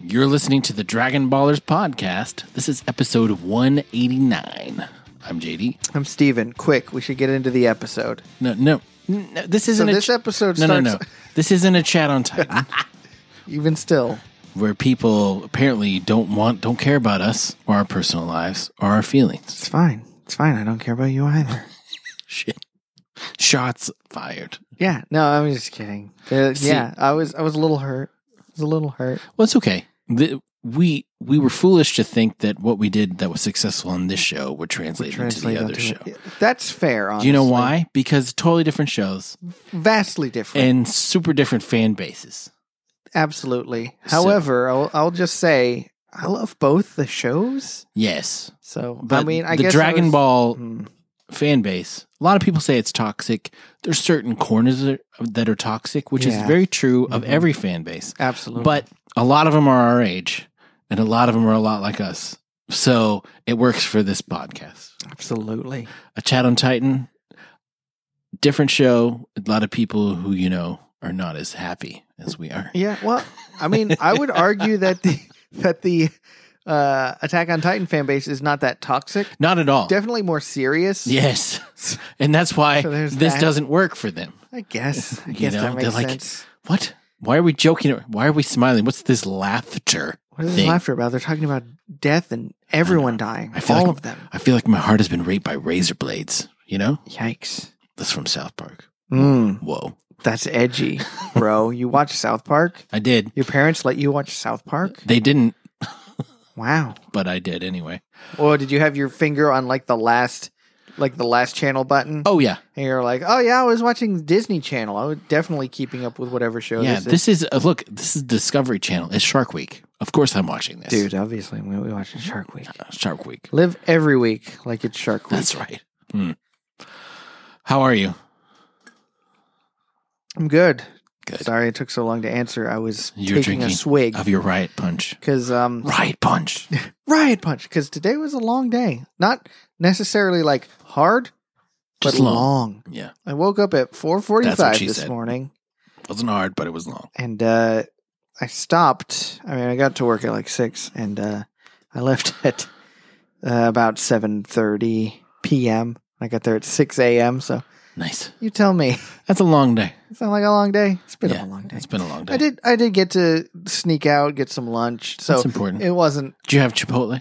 You're listening to the Dragon Ballers podcast. This is episode 189. I'm JD. I'm Steven. Quick, we should get into the episode. No, no, no this isn't. a this episode No, no, no. starts- This isn't a chat on Titan Even still, where people apparently don't want, don't care about us or our personal lives or our feelings. it's fine. It's fine. I don't care about you either. Shit. Shots fired. yeah. No, I'm just kidding. Uh, See- yeah, I was. I was a little hurt. I was a little hurt. Well, it's okay. The, we we were foolish to think that what we did that was successful on this show would translate, Translate into the other onto show. it. That's fair. Do you know honestly. why? Because totally different shows Vastly different. and super different fan bases. Absolutely. So- However, I'll, I'll just say I love both the shows. Yes, So but I mean, I the guess I Dragon was- Ball Hmm. fan base. A lot of people say it's toxic. There's certain corners that are- that are toxic, which is Yeah. very true of Mhm. every fan base. Absolutely. But a lot of them are our age, and a lot of them are a lot like us. So it works for this podcast. absolutely. a chat on titan different show a lot of people who you know are not as happy as we are Yeah, well, I mean, I would argue that the that the uh, Attack on Titan fan base is not that toxic. not at all Definitely more serious. yes and that's why So this there's that. doesn't work for them I guess. I You guess know, that they're makes like, sense. what why are we joking why are we smiling what's this laughter What is this thing? laughter about? They're talking about death and everyone dying. I feel all like- of them. i feel like my heart has been raped by razor blades you know Yikes. that's from south park Mm, whoa that's edgy, bro. You watch South Park? i did Your parents let you watch South Park? they didn't Wow. but i did anyway Or did you have your finger on like the last, like the last channel button? oh yeah And you're like, oh yeah, I was watching Disney Channel. I was definitely keeping up with whatever show yeah this is. this is uh, look this is discovery channel it's shark week of course i'm watching this Uh, Dude, obviously, I'm going to be watching Shark Week. shark week Live every week like it's Shark Week. That's right. Hmm. How are you? I'm good. Good. Sorry it took so long to answer. I was You're taking drinking a swig Of your riot punch. because um, Riot punch. Riot Punch. Because today was a long day. Not necessarily like hard, but Just long. long. Yeah. I woke up at 4:45 she this said. morning, Wasn't hard, but it was long. and uh, I stopped. I mean, I got to work at like six, and uh, I left at uh, about 7:30 p.m. I got there at 6 a.m. So Nice. you tell me. That's a long day. It's not like a long day. It's been Yeah, a long day. It's been a long day. I did. I did get to sneak out, get some lunch. So That's important. it wasn't Did you have Chipotle?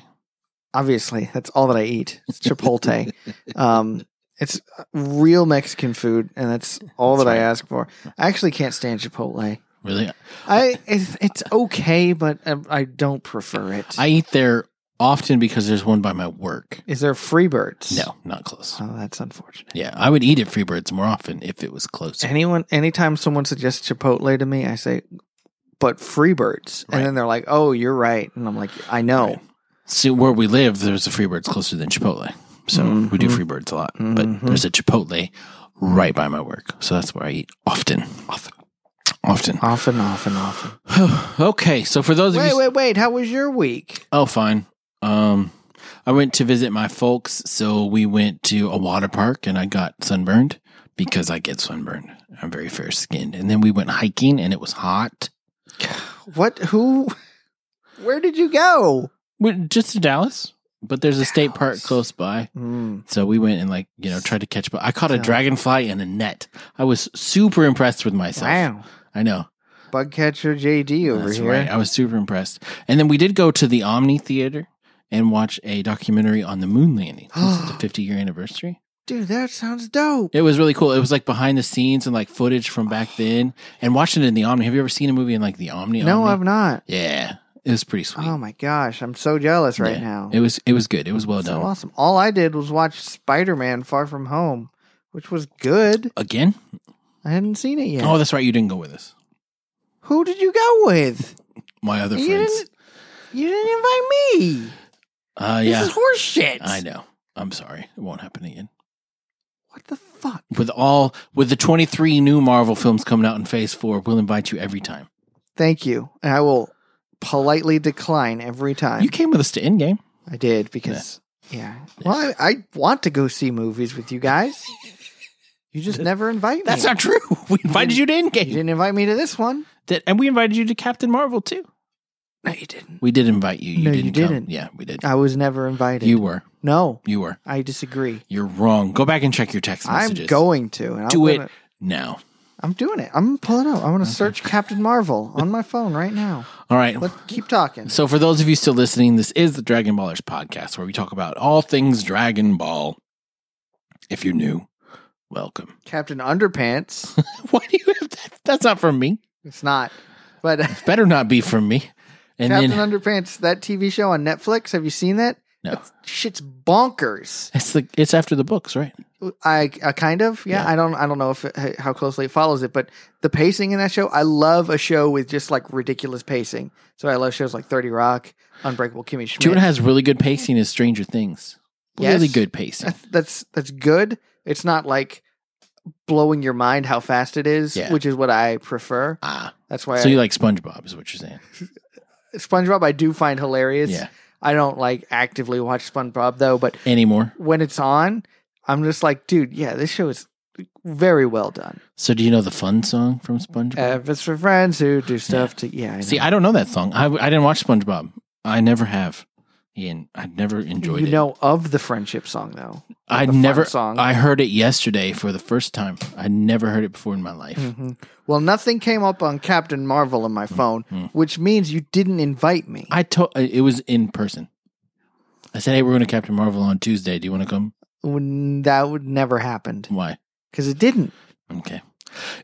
obviously. That's all that I eat. It's Chipotle. um, it's real Mexican food, and that's all That's that I right. ask for. I actually can't stand Chipotle. Really? I it's, it's okay, but I, I don't prefer it. Is I eat there often because there's one by my work. there Freebirds? No, not close. Oh, that's unfortunate. Yeah. I would eat at Freebirds more often if it was close. Anyone, anytime someone suggests Chipotle to me, I say, "But Freebirds," Right. and then they're like, "Oh, you're right," and I'm like, "I know." Right. See, where we live, there's a Freebirds closer than Chipotle. So we do Freebirds a lot. But Mhm. there's a Chipotle right by my work. So that's where I eat often. Often. Often. Often, often, often. okay, so for those of Wait, you, wait, wait. How was your week? oh, fine. Um, I went to visit my folks, so we went to a water park, and I got sunburned because I get sunburned. I'm very fair skinned, and then we went hiking, and it was hot. What? Who? Where did you go? we just to Dallas, but there's a state park Dallas. close by, Mm. so we went and like you know tried to catch. But I caught a Yeah. dragonfly in a net. I was super impressed with myself. Wow. I know. Bug catcher JD over That's here. right. Uh, I was super impressed. And then we did go to the Omni Theater and watch a documentary on the moon landing. This is the 50 year anniversary. Dude, that sounds dope. It was really cool. It was like behind the scenes and like footage from back then and watching it in the Omni. Have you ever seen a movie in like the Omni? no, Omni? I've not. Yeah. It was pretty sweet. Oh my gosh, I'm so jealous right Yeah. now. It was it was good. It was well so done. awesome. All I did was watch Spider-Man: Far From Home, which was good. Again? I hadn't seen it yet. Oh, that's right. You didn't go with us. Who did you go with? My other You friends. didn't. You didn't invite me. Uh, This yeah. is horseshit. I know. I'm sorry. It won't happen again. What the fuck? With all with the 23 new Marvel films coming out in Phase Four, we'll invite you every time. Thank you. And I will politely decline every time. You came with us to Endgame. I did because yeah. Well, I, I want to go see movies with you guys. You just never invite me. That's not true. We invited you to You Endgame, didn't invite me to this one. That- and we invited you to Captain Marvel too. No, you didn't. We did invite you. You No, didn't. you come. didn't. Yeah, we did. I was never invited. you were. No, You were. I disagree. You're wrong. Go back and check your text messages. I'm going to. And Do I'm it gonna- now. I'm doing it. I'm gonna pull it up. I'm going to search Captain Marvel on my phone right now. All right. Let's keep talking. So, for those of you still listening, this is the Dragon Ballers podcast where we talk about all things Dragon Ball. If you're new, welcome. Captain Underpants. Why do you have that? That's not from me. It's not. But uh, Better not be from me. And Captain then Underpants, that TV show on Netflix, have you seen that? no, Shit's bonkers. it's the it's after the books, right? I, I kind of yeah, Yeah. I don't I don't know if it, how closely it follows it, but the pacing in that show, I love a show with just like ridiculous pacing. So I love shows like Thirty Rock, Unbreakable Kimmy Schmidt. Do you know what has really good pacing is Stranger Things. Really Yes. good pacing. that's that's good. It's not like blowing your mind how fast it is, Yeah. which is what I prefer. Ah, That's why so I, you like SpongeBob is what you're saying? SpongeBob I do find hilarious. yeah. I don't like actively watch SpongeBob though, but Anymore. when it's on, I'm just like, dude, yeah, this show is very well done. So do you know the fun song from SpongeBob? Uh, if it's for friends who do stuff to yeah, I know. Mm-hmm. See, I don't know that song. I I didn't watch SpongeBob. I never have. Ian, I never enjoyed you it. know of the friendship song though. I the fun never. song. I heard it yesterday for the first time. I never heard it before in my life. Mhm. Well, nothing came up on Captain Marvel on my phone, Mhm. which means you didn't invite me. I told it was in person. I said, "Hey, we're going to Captain Marvel on Tuesday. Do you want to come?" When that would never happened Why? because it didn't. Okay.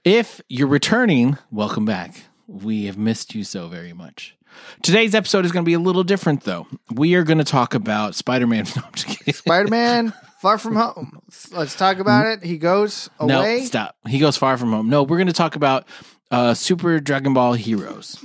If you're returning, welcome back. We have missed you so very much. Today's episode is going to be a little different, though. We are going to talk about Spider-Man. No, I'm just kidding. Spider Man, Far From Home. Let's talk about it. He goes away. No, stop. He goes far from home. No, we're going to talk about uh, Super Dragon Ball Heroes.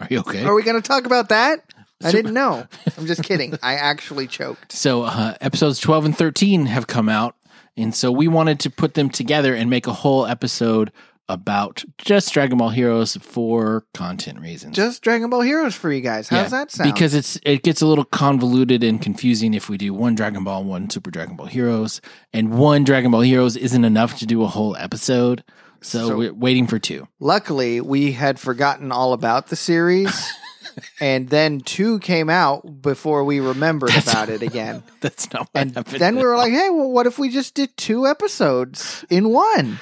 Are you okay? Are we going to talk about that? I Super- didn't know. I'm just kidding. I actually choked. So uh, episodes 12 and 13 have come out. And so we wanted to put them together and make a whole episode about just Dragon Ball Heroes for content reasons. Just Dragon Ball Heroes for you guys. How's Yeah, that sound? Because it's it gets a little convoluted and confusing if we do one Dragon Ball, one Super Dragon Ball Heroes, and one Dragon Ball Heroes isn't enough to do a whole episode. So, So- we're waiting for two. luckily we had forgotten all about the series, and then two came out before we remembered about it again. That's not what And happened. then we were like, "Hey, well, what if we just did two episodes in one?"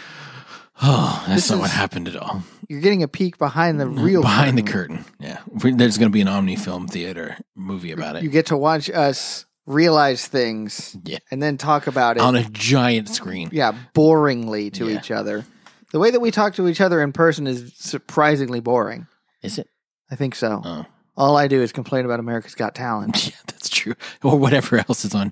oh, that's this not what is- happened at all. You're getting a peek behind the real Mm, Behind curtain. the curtain. Yeah. We- There's going to be an Omni Film Theater movie about it. You get to watch us realize things Yeah. and then talk about it. on a giant screen. yeah, boringly to Yeah. each other. The way that we talk to each other in person is surprisingly boring. Is it? I think so. Oh. All I do is complain about America's Got Talent. Yeah, that's true. Or whatever else is on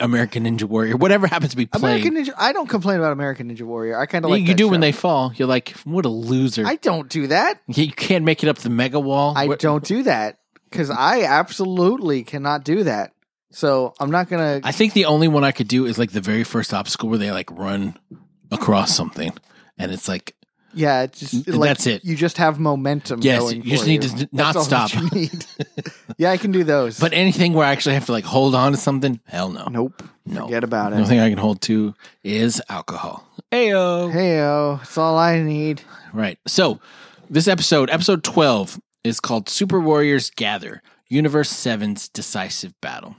American Ninja Warrior, whatever happens to be playing. American Ninja. I don't complain about American Ninja Warrior. I kind of You- like you that do when show. they fall. You're like, what a loser. I don't do that. you can't make it up the mega wall. I Oh, What- don't do that because I absolutely cannot do that. So I'm not gonna. I think the only one I could do is like the very first obstacle where they like run across something. And it's like, yeah, it's just And like, that's it. You just have momentum. Yes, going you just for need to n- not That's all that stop. you need. yeah, I can do those. but anything where I actually have to like hold on to something, hell no. nope, No. forget about The only it. thing I can hold to is alcohol. Ayo. Hey, oh, it's all I need. Right. So this episode, episode 12, is called Super Warriors Gather Universe 7's Decisive Battle.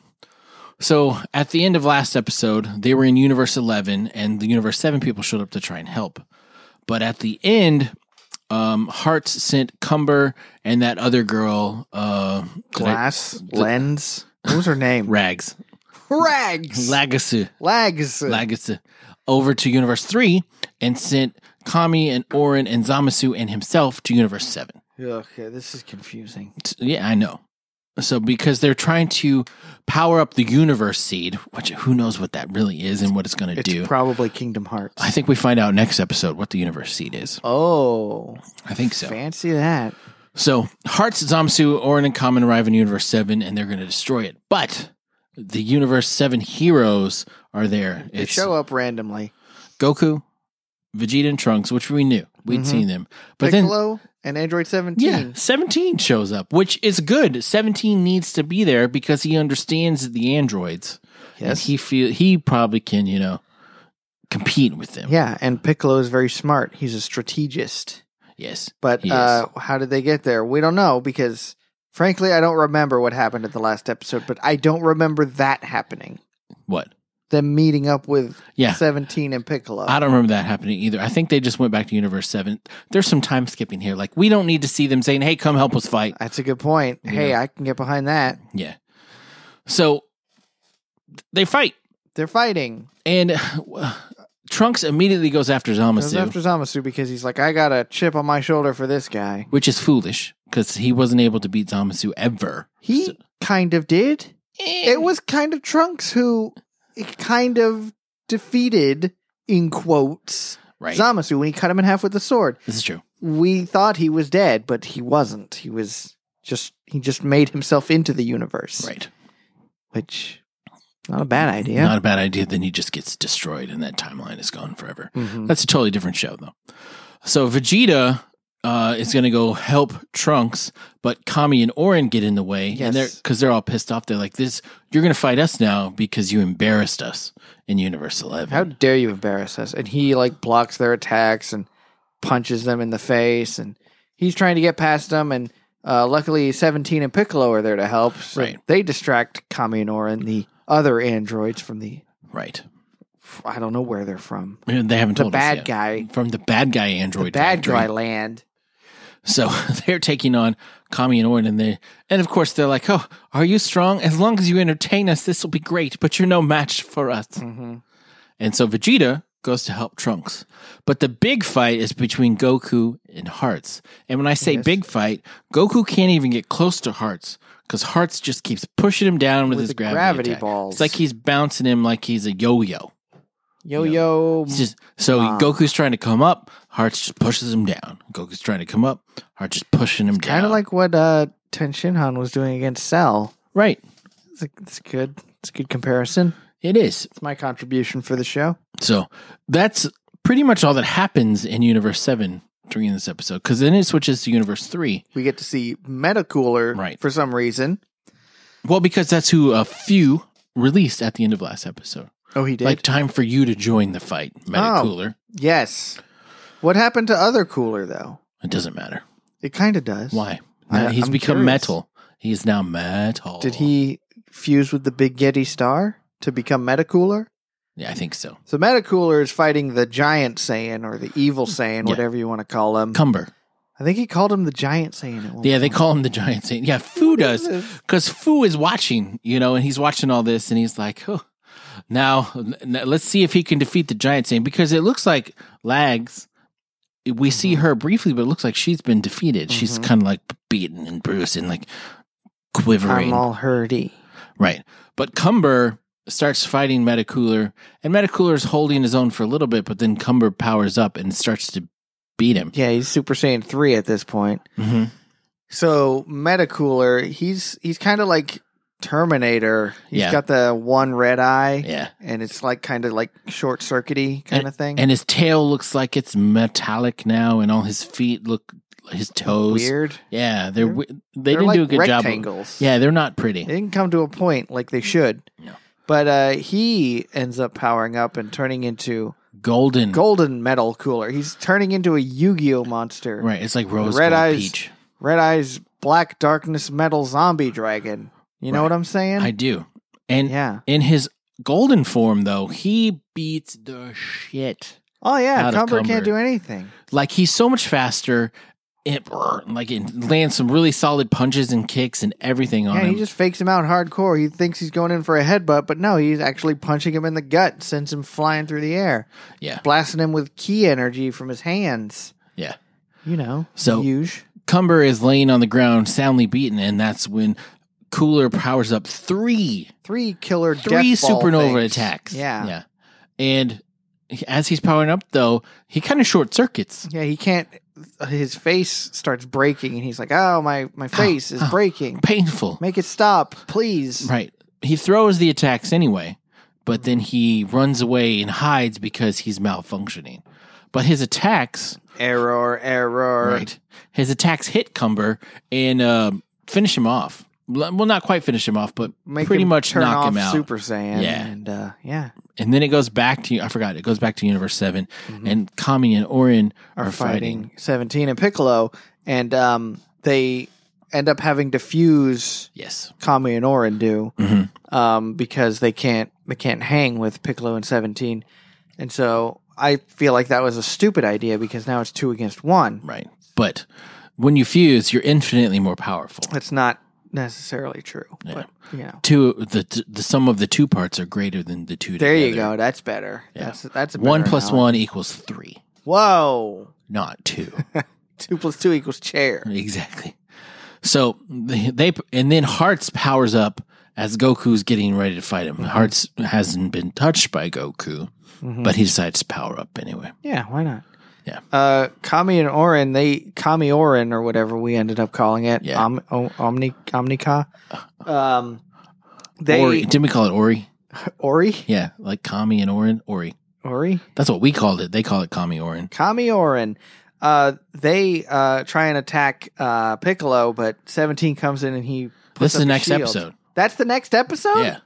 So at the end of last episode, they were in Universe 11, and the Universe 7 people showed up to try and help. But at the end, um, Hearts sent Cumber and that other girl, uh, did I- Glass lens. What was her name? Rags, Rags. Lagasu, Lags. Lagasu, over to Universe 3 and sent Kami and Orin and Zamasu and himself to Universe 7. Okay, this is confusing. T- Yeah, I know. So because they're trying to power up the universe seed, which who knows what that really is and what it's going to It's do. probably Kingdom Hearts. I think we find out next episode what the universe seed is. oh, I think so. fancy that. So Hearts, Zamasu, Orin, and Common arrive in Universe 7 and they're going to destroy it. But the Universe 7 heroes are there. They show up randomly. Goku, Vegeta, and Trunks, which we knew. We'd Mhm. seen them. But then Piccolo and Android 17. Yeah, 17 shows up, which is good. 17 needs to be there because he understands the androids. And Yes. he feel he probably can, you know, compete with them. yeah, and Piccolo is very smart. He's a strategist. Yes. But He uh, how did they get there? We don't know because, frankly, I don't remember what happened at the last episode. But I don't remember that happening. What? Them meeting up with Yeah. Seventeen and Piccolo. I don't remember that happening either. I think they just went back to Universe 7. There's some time skipping here. Like, we don't need to see them saying, hey, come help us fight. That's a good point. You Hey, know. I can get behind that. Yeah. So they fight. They're fighting. And uh, Trunks immediately goes after Goes Zamasu, after Zamasu because he's like, I got a chip on my shoulder for this guy. which is foolish because he wasn't able to beat Zamasu ever. He So- kind of did. Eh, It was kind of Trunks who kind of defeated, in quotes, right. Zamasu when he cut him in half with the sword. this is true. We thought he was dead, but he wasn't. He was just he just made himself into the universe, Right. which not a bad idea. Not a bad idea. Then he just gets destroyed and that timeline is gone forever. Mhm. That's a totally different show, though. So Vegeta uh, is going to go help Trunks, but Kami and Orin get in the way, Yes. and they're because they're all pissed off. They're like, "This, you're going to fight us now because you embarrassed us in Universe Eleven." How dare you embarrass us? And he like blocks their attacks and punches them in the face, and he's trying to get past them. And uh, luckily, Seventeen and Piccolo are there to help. So Right. They distract Kami and Orin, the other androids from the right? I don't know where they're from. And They haven't The told bad us yet. guy, from the bad guy android. the bad factory. guy land. So they're taking on Kami and Orin, and they and of course they're like, "Oh, are you strong? As long as you entertain us, this will be great. But you're no match for us." Mhm. And so Vegeta goes to help Trunks. But the big fight is between Goku and Hearts. And when I say Yes. big fight, Goku can't even get close to Hearts because Hearts just keeps pushing him down with, With his the gravity, gravity attack. balls. It's like he's bouncing him like he's a yo-yo. Yo yo, It's just so Wow. Goku's trying to come up, Hearts just pushes him down. Goku's trying to come up, Hearts just pushing him down. kind of like what uh, Ten Shinhan was doing against Cell. right. It's, a, it's good. It's a good comparison. It is. It's my contribution for the show. So that's pretty much all that happens in Universe Seven during this episode. Because then it switches to Universe Three. We get to see Metacooler Right. for some reason. Well, because that's who a few released at the end of last episode. Oh, he did. Like time for you to join the fight, Meta Oh. Cooler. yes. What happened to other cooler though? It doesn't matter It kind of does. why. I- Now he's I'm become curious. metal. He's now metal. Did he fuse with the Big Yeti Star to become Metacooler? Yeah, I think so. So Metacooler is fighting the giant Saiyan or the evil Mm, Saiyan, Yeah. whatever you want to call him. Cumber. I think he called him the giant Saiyan. At one Yeah, they point. call him the Giant Saint. Yeah, Fu does because Fu is watching, you know, and he's watching all this, and he's like, "Oh, now n- n- let's see if he can defeat the Giant Saint." Because it looks like Lags. We see her briefly, but it looks like she's been defeated. She's Mhm. kind of like beaten and bruised and like quivering. I'm all hurdy. Right. But Cumber starts fighting Metacooler, and Metacooler is holding his own for a little bit, but then Cumber powers up and starts to beat him. Yeah, he's Super Saiyan three at this point. Mm-hmm. So Metacooler, he's he's kind of like Terminator. He's Yeah. got the one red eye. Yeah. and it's like kind of like short circuity kind of thing. And his tail looks like it's metallic now, and all his feet look, his toes. weird. Yeah. They're, They're- we- they didn't do a good job. of- rectangles. Yeah, they're not pretty. they didn't come to a point like they should. No. But uh, he ends up powering up and turning into Golden. golden metal cooler. He's turning into a Yu-Gi-Oh monster. Right. It's like rose Red gold eyes. peach. Red eyes, black darkness metal zombie dragon. You know Right. what I'm saying? I do. And yeah. in his golden form, though, he beats the shit Oh yeah, Out of Cumber Cumber. can't do anything. like he's so much faster. It like it lands some really solid punches and kicks and everything on Yeah, him. he just fakes him out hardcore. He thinks he's going in for a headbutt, but no, he's actually punching him in the gut, sends him flying through the air. Yeah. Blasting him with key energy from his hands. Yeah. You know. So- huge. Cumber is laying on the ground, soundly beaten, and that's when Cooler powers up three Three killer three death ball supernova things. attacks. Yeah. yeah. yeah. And he- as he's powering up, though, he kind of short circuits. he can't his face starts breaking and he's like, Oh my my face is ow. breaking. Painful, Make it stop, please. oh. right? He throws the attacks anyway, but then he runs away and hides because he's malfunctioning. But his attacks Error, error. Right. His attacks hit Cumber and um finish him off. Well, not quite finish him off, but Make pretty him much turn knock off him out. Super Saiyan. Yeah. And uh, yeah. and then it goes back to I forgot it goes back to Universe Seven, Mhm. and Kami and Orin are are fighting, fighting. 17 and Piccolo, and um, they end up having to fuse Yes, Kami and Orin do hmm um, because they can't they can't hang with Piccolo and 17, and so I feel like that was a stupid idea because now it's two against one. right. But when you fuse, you're infinitely more powerful. That's not necessarily true, Yeah. but you know. Two the the sum of the two parts are greater than the two. There you together. go. That's better. Yeah. That's that's a One better plus analogy. one equals three, Whoa. not two. Two plus two equals chair. Exactly. So they, they and then Hearts powers up as Goku's getting ready to fight Mm-hmm. him. Hearts hasn't been touched by Goku, but he decides to power up anyway. Yeah, why not? Yeah. Uh, Kami and Orin, they Kami Orin or whatever we ended up calling it. Yeah. Uh. Om, o, Omni Omnica. Um, they Ori, Ori, didn't we call it Ori? Ori, Yeah, like Kami and Orin. Ori. That's what we called it. They call it Kami Orin. Kami Orin. Uh, they uh try and attack uh Piccolo, but Seventeen comes in and he. this puts is up the a next shield. episode. That's the next episode. Yeah,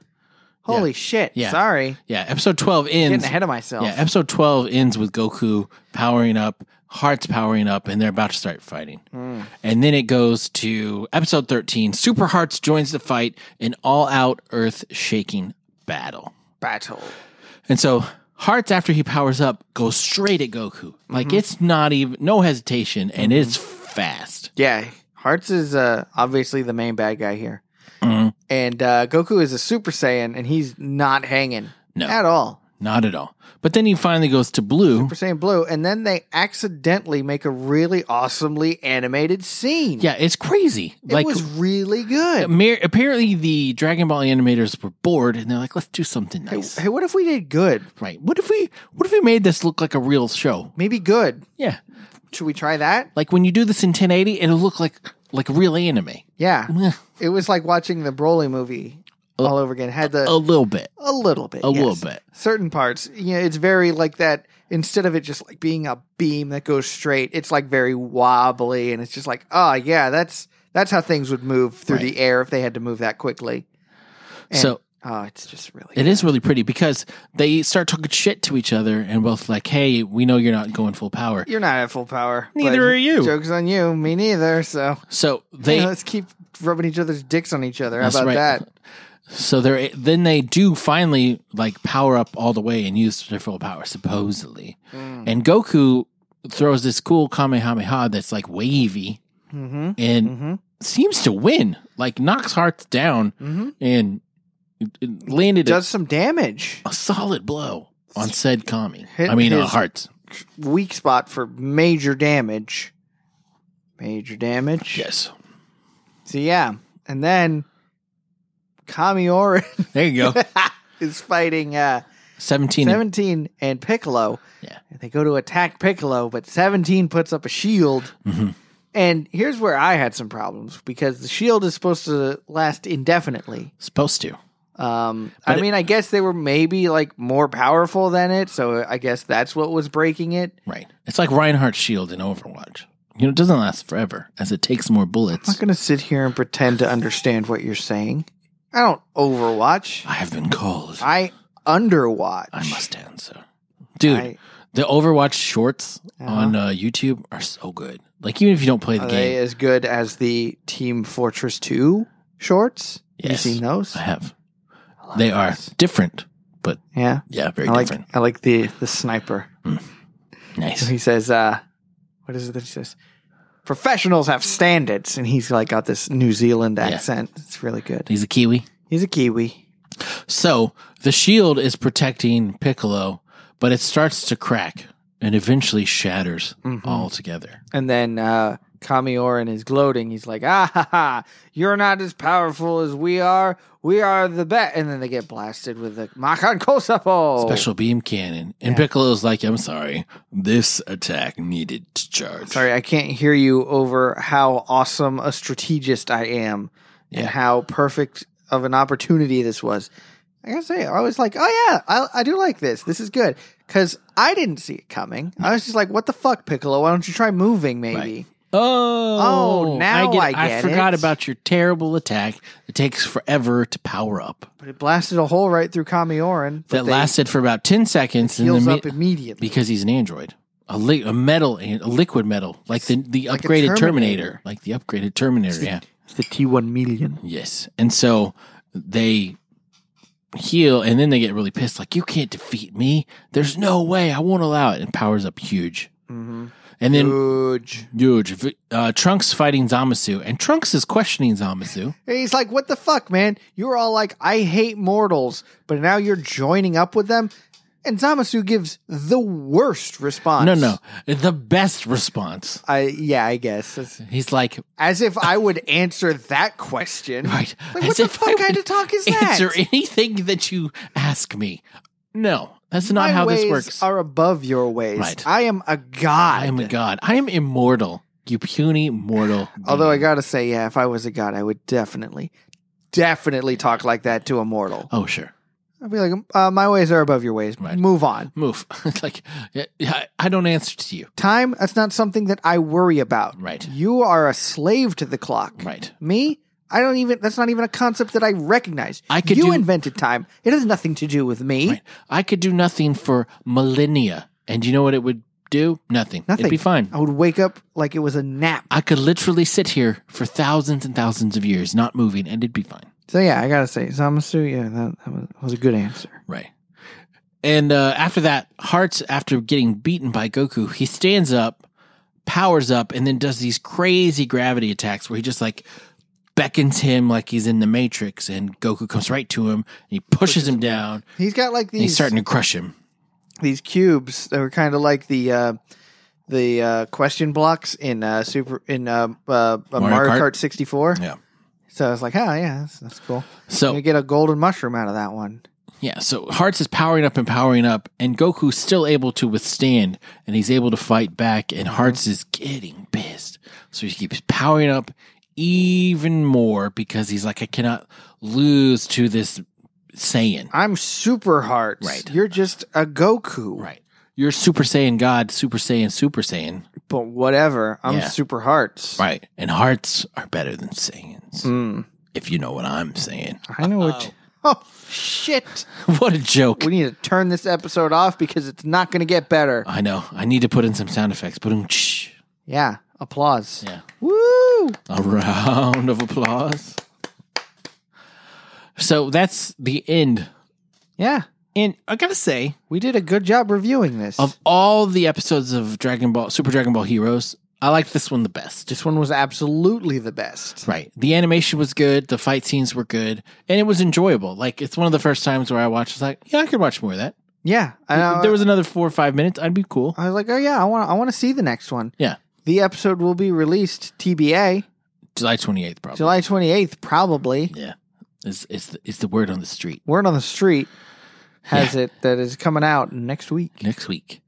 Holy shit! Yeah. Sorry, yeah. Episode twelve getting ends. ahead of myself. Yeah, episode twelve ends with Goku powering up, Hearts powering up, and they're about to start fighting. Mm. And then it goes to episode 13. Super Hearts joins the fight, an all out earth shaking battle. Battle. And so Hearts, after he powers up, goes straight at Goku. Like Mm-hmm. it's not even, no hesitation, and it's fast. Yeah, Hearts is uh, obviously the main bad guy here, Mhm. and uh, Goku is a Super Saiyan, and he's not hanging No. at all. Not at all. But then he finally goes to Blue. Super Saiyan Blue, and then they accidentally make a really awesomely animated scene. Yeah, it's crazy. it like, was really good. mer- apparently the Dragon Ball animators were bored and they're like, let's do something Hey, nice. hey, what if we did good? Right. What if we, what if we made this look like a real show? Maybe good. Yeah. Should we try that? Like when you do this in 1080, it'll look like, like real anime. Yeah, Meh. it was like watching the Broly movie all over again. Had the a little bit. a little bit, A yes. little bit. certain parts you know it's very like that instead of it just like being a beam that goes straight it's like very wobbly and it's just like oh yeah that's that's how things would move through Right. the air if they had to move that quickly And- so oh it's just really it is really pretty because they start talking shit to each other and both like, "Hey, we know you're not going full power." you're not at full power Neither but are you. jokes on you me neither so So they Yeah, let's keep rubbing each other's dicks on each other how That's about right. that so they are then they do finally like power up all the way and use their full power supposedly. Mm-hmm, And Goku throws this cool Kamehameha that's like wavy mm-hmm and mm-hmm seems to win. Like knocks hearts down mm-hmm and it- it landed a, does some damage a solid blow on said Kami. Hit I mean, uh, his- hearts. weak spot for major damage major damage Yes. So yeah, and then Kamiorin There you go. is fighting uh, 17 and Seventeen and Piccolo. Yeah. And they go to attack Piccolo, but Seventeen puts up a shield. Mhm. And here's where I had some problems because the shield is supposed to last indefinitely. Supposed to. Um, But I it- mean, I guess they were maybe like more powerful than it, so I guess that's what was breaking it. Right. It's like Reinhardt's shield in Overwatch. You know, it doesn't last forever as it takes more I'm not bullets. going to sit here and pretend to understand what you're saying. I don't overwatch. I have been called. I, I underwatch. must answer. Dude, I- the Overwatch shorts Uh-huh. on uh, YouTube are so good. Like, even if you don't play the Are they game, as good as the Team Fortress 2 shorts? Yes. You seen those? I have. They are different, but Yeah. yeah, very I like different. I like the the sniper. So Nice. he says uh what is it that he says? Professionals have standards and he's like got this New Zealand accent. It's really good. He's a Kiwi. He's a Kiwi. So the shield is protecting Piccolo, but it starts to crack and eventually shatters Mhm. altogether. And then uh Kami Oren is gloating. He's like, ah, ha, ha, you're not as powerful as we are. We are the best. And then they get blasted with the Makan Kosapo. special beam cannon. And Oh. Yeah. Piccolo's like, I'm sorry, this attack needed to charge. Sorry, I can't hear you over how awesome a strategist I am and Yeah. how perfect of an opportunity this was. I gotta say, I was like, oh yeah, I, I do like this. This is good. Because I didn't see it coming. I was just like, what the fuck, Piccolo? Why don't you try moving maybe? Oh, Oh, now I I get forgot it. about your terrible attack. It takes forever to power up. But it blasted a hole right through Kamioran. but that they- lasted for about ten seconds, and heals then up immediately. because he's an android, a, li- a metal, an- a liquid metal, like the the Like a upgraded Terminator. Terminator. like the upgraded Terminator. Yeah, It's the T1 million. yes. And so they heal, and then they get really pissed. Like you can't defeat me. There's no way. I won't allow it. And powers up huge, Mm-hmm. and then. Huge. Huge. V- Uh, Trunks fighting Zamasu, and Trunks is questioning Zamasu. And he's like, what the fuck, man? You were all like, I hate mortals, but now you're joining up with them? And Zamasu gives the worst response. No, no, the best response. I yeah, I guess. It's- He's like, as if I would answer that question. right. Like, what as the if I fuck kind would- of talk is that? answer anything that you ask me. No, that's not My how ways this works. Are above your ways. Right. I am a god. I am a god. I am immortal. You puny mortal. Although I being. gotta say, yeah, if I was a god, I would definitely, definitely talk like that to a mortal. Oh sure, I'd be like, uh, my ways are above your ways. Right. Move on. move. It's like yeah, I- I don't answer to you. Time, that's not something that I worry about. Right, You are a slave to the clock. right. Me, I don't even, that's not even a concept that I recognize. I could you do- invented time. It has nothing to do with me. Right. I could do nothing for millennia, and you know what it would do? Nothing. Nothing. It'd be fine. I would wake up like it was a nap. I could literally sit here for thousands and thousands of years, not moving, and it'd be fine. So yeah, I gotta say, Zamasu, yeah, that, that was, was a good answer. Right. And uh, after that, Hearts, after getting beaten by Goku, he stands up, powers up, and then does these crazy gravity attacks where he just like beckons him like he's in the Matrix, and Goku comes right to him and he pushes, him down, He's got like and he's these starting to crush him. these cubes that were kind of like the uh, the uh, question blocks in uh, super in uh, uh, Mario, Kart? Kart, 64. Yeah. So I was like, oh yeah, that's, that's cool. I'm So gonna get a golden mushroom out of that one. yeah, so Hearts is powering up and powering up, and Goku's still able to withstand, and he's able to fight back, and Hearts is getting pissed. So he keeps powering up even more because he's like, I cannot lose to this Saiyan. I'm super hearts. Right. You're just a Goku. Right. You're Super Saiyan God, Super Saiyan, Super Saiyan. But whatever. I'm Yeah. super hearts. Right. Hmm. And hearts are better than Saiyans, Mm. if you know what I'm saying. I know what. Oh shit! what a joke. We need to turn this episode off because it's not gonna get better. I know. I need to put in some sound effects. Ba-dum-tsh. Yeah. Applause. Yeah. Woo! A round of applause. So that's the end. Yeah. And I gotta say, We did a good job reviewing this. of all the episodes of Dragon Ball, Super Dragon Ball Heroes, I like this one the best. This one was absolutely the best. Right. The animation was good. The fight scenes were good, and it was enjoyable. Like it's one of the first times where I watched. It's like, yeah, I could watch more of that. Yeah, and I, If there was another four or five minutes. I'd be cool. I was like, oh yeah, I want, I want to see the next one. Yeah. the episode will be released TBA July twenty eighth, probably. July twenty eighth, probably. Yeah, is is the, is the word on the street Word on the street has it that is coming out next week. next week.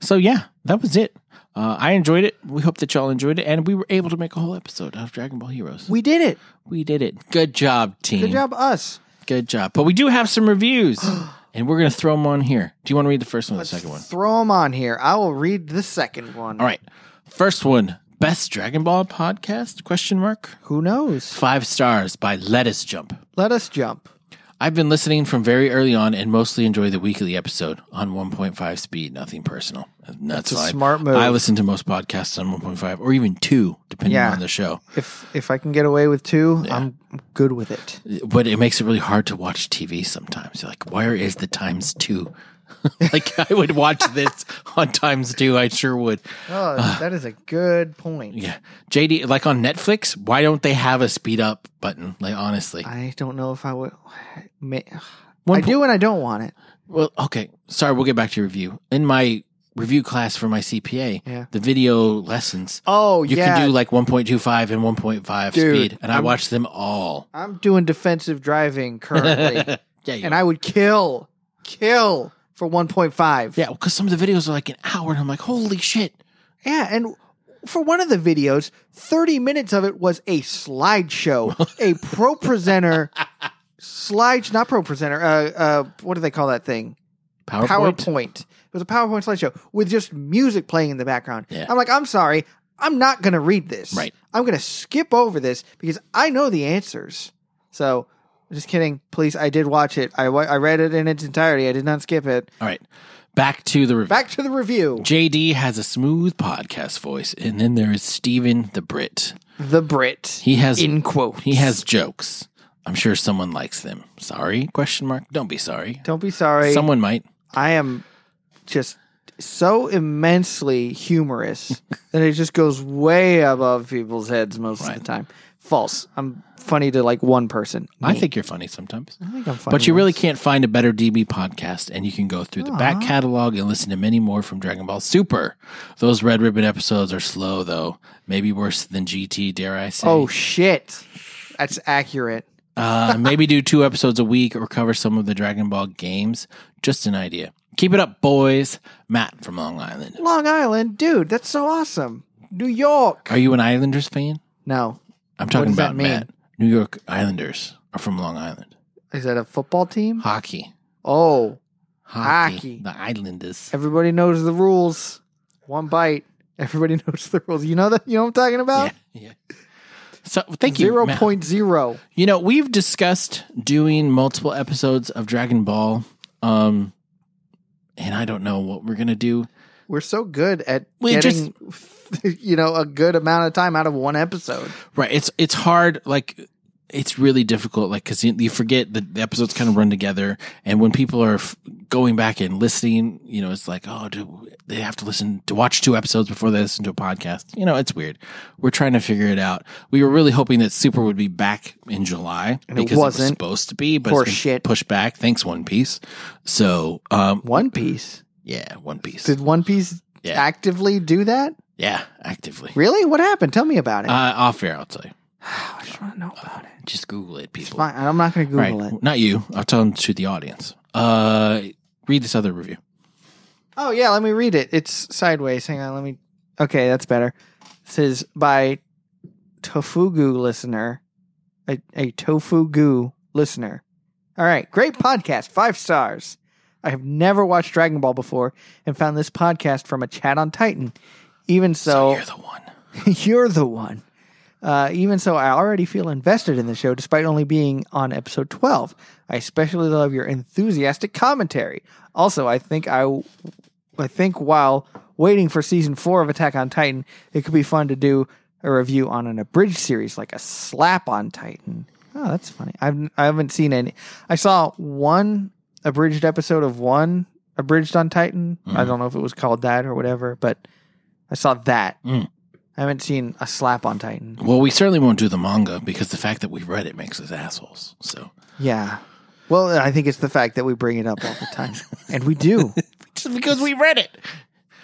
So yeah, that was it. Uh, I enjoyed it. We hope that y'all enjoyed it, and we were able to make a whole episode of Dragon Ball Heroes. We did it. We did it. Good job, team. Good job, us. Good job. But we do have some reviews, and we're gonna throw them on here. Do you want to read the first one or the second one? Throw them on here. I will read the second one. All right. First one, best Dragon Ball podcast? Question mark. Who knows? Five stars by Lettuce Jump. Let us jump. I've been listening from very early on and mostly enjoy the weekly episode on 1.5 speed, nothing personal. And That's, It's a why smart move. I listen to most podcasts on 1.5 or even two, depending Yeah. on the show. If if I can get away with two, I'm good with it. But it makes it really hard to watch TV sometimes. You're like, where is the times two? like, I would watch this on times two. I sure would. Oh, that is a good point. Uh. Yeah. JD, like on Netflix, why don't they have a speed up button? Like, honestly. I don't know if I would. May, One I do and I don't want it. Well, okay. Sorry, we'll get back to your review. In my review class for my CPA, Yeah. the video lessons, Oh you yeah, can do like 1.25 and 1.5 Dude, speed, and i I'm- watched them all. I'm doing defensive driving currently, Yeah, you and I would kill, kill for 1.5. yeah, because some of the videos are like an hour, and I'm like, holy shit! yeah, and for one of the videos, 30 minutes of it was a slideshow, a pro presenter slide, not pro presenter. Uh, uh, what do they call that thing? PowerPoint. PowerPoint. It was a PowerPoint slideshow with just music playing in the background. Yeah. I'm like, I'm sorry, I'm not going to read this. Right. I'm going to skip over this because I know the answers. So, just kidding. Please, I did watch it. I, wa- I read it in its entirety. I did not skip it. All right. Back to the review. Back to the review. JD has a smooth podcast voice, and then there is Steven the Brit. The Brit. He has in quote. he has jokes. I'm sure someone likes them. Sorry? Question mark. Don't be sorry. Don't be sorry. Someone might. I am just so immensely humorous that it just goes way above people's heads most of Right. the time. False. I'm funny to like one person. I Me. think you're funny sometimes. I think I'm funny. But you once. really can't find a better DB podcast, and you can go through the back catalog and listen to many more from Dragon Ball Super. Those Red Ribbon episodes are slow, though, maybe worse than GT, dare I say. Oh shit. That's accurate. uh, maybe do two episodes a week or cover some of the Dragon Ball games. Just an idea. Keep it up, boys. Matt from Long Island. Long Island, dude, that's so awesome. New York. Are you an Islanders fan? No. I'm talking does that about mean? Matt. New York Islanders are from Long Island. Is that a football team? Hockey. Oh, Hockey. Hockey. The Islanders. everybody knows the rules. One bite. Everybody knows the rules. You know that you know what I'm talking about? Yeah. yeah. So thank you. Zero Matt. point zero. You know, we've discussed doing multiple episodes of Dragon Ball. Um and I don't know what we're gonna do. We're so good at We getting you know, a good amount of time out of one episode. Right. It's it's hard, like it's really difficult, like because you, you forget that the episodes kind of run together, and when people are f- going back and listening, you know, it's like, oh, do they have to listen to watch two episodes before they listen to a podcast? You know, it's weird. We're trying to figure it out. We were really hoping that Super would be back in July it was wasn't. supposed to be, but Poor it's been shit. pushed back. Thanks, One Piece. So, um, One Piece. Yeah, One Piece. Did One Piece Yeah. actively do that? yeah, actively. Really? What happened? Tell me about it. Uh, off air, I'll tell you. I just want to know about it. Just Google it, people. Fine, I'm not going to Google it. right. Not you. I'll tell them to the audience. Uh, read this other review. Oh yeah, let me read it. It's sideways. Hang on, let me. Okay, that's better. This is by Tofugu listener, a, a Tofugu listener. All right, great podcast, five stars. I have never watched Dragon Ball before and found this podcast from a chat on Titan. Even so, You're the one. you're the one. Uh, even so, I already feel invested in the show despite only being on episode 12. I especially love your enthusiastic commentary. Also, I think I, I think while waiting for season four of Attack on Titan, it could be fun to do a review on an abridged series like a Slap on Titan. Oh, that's funny. I've I haven't seen any. I saw one abridged episode of one abridged on Titan. I don't know if it was called that or whatever, but I saw that. Mm. I haven't seen a slap on Titan. Well, we certainly won't do the manga because the fact that we read it makes us assholes. So Yeah. Well, I think it's the fact that we bring it up all the time, and we do. just because we read it,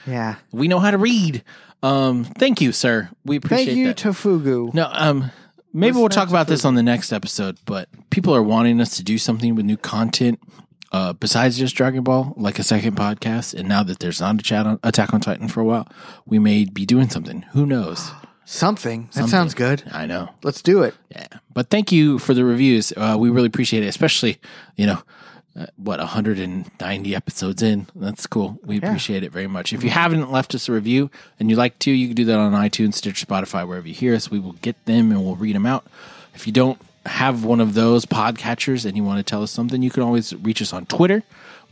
Yeah. we know how to read. Um, thank you, sir. We appreciate Thank you, that. Tofugu. no, um, maybe Listen we'll out talk to about this food. on the next episode. But people are wanting us to do something with new content. Uh, besides just Dragon Ball, like a second podcast, and now that there's not a chat on Attack on Titan for a while, we may be doing something. Who knows? Something. That Something. sounds good. I know. Let's do it. Yeah. But thank you for the reviews. Uh, we really appreciate it, especially, you know, uh, what, 190 episodes in? That's cool. We appreciate it very much. If you haven't left us a review and you'd like to, you can do that on iTunes, Stitcher, Spotify, wherever you hear us. We will get them and we'll read them out. If you don't have one of those podcatchers and you want to tell us something, you can always reach us on Twitter.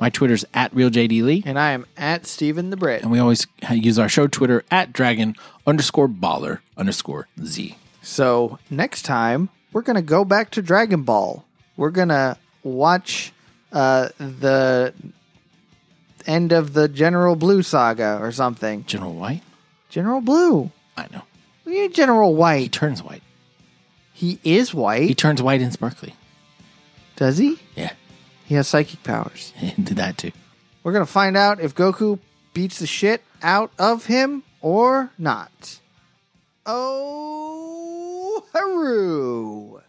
My Twitter's at RealJDLee. And I am at Stephen the Brit. And we always ha- use our show Twitter at dragon underscore baller underscore Z. So next time we're gonna go back to Dragon Ball. We're gonna watch uh, the end of the General Blue saga or something. General White? General Blue. I know. We need General He White. turns white. He is He white. turns white and sparkly. Does he? Yeah, He has psychic powers. he did that too. We're going to find out if Goku beats the shit out of him or not. Oh, hooroo!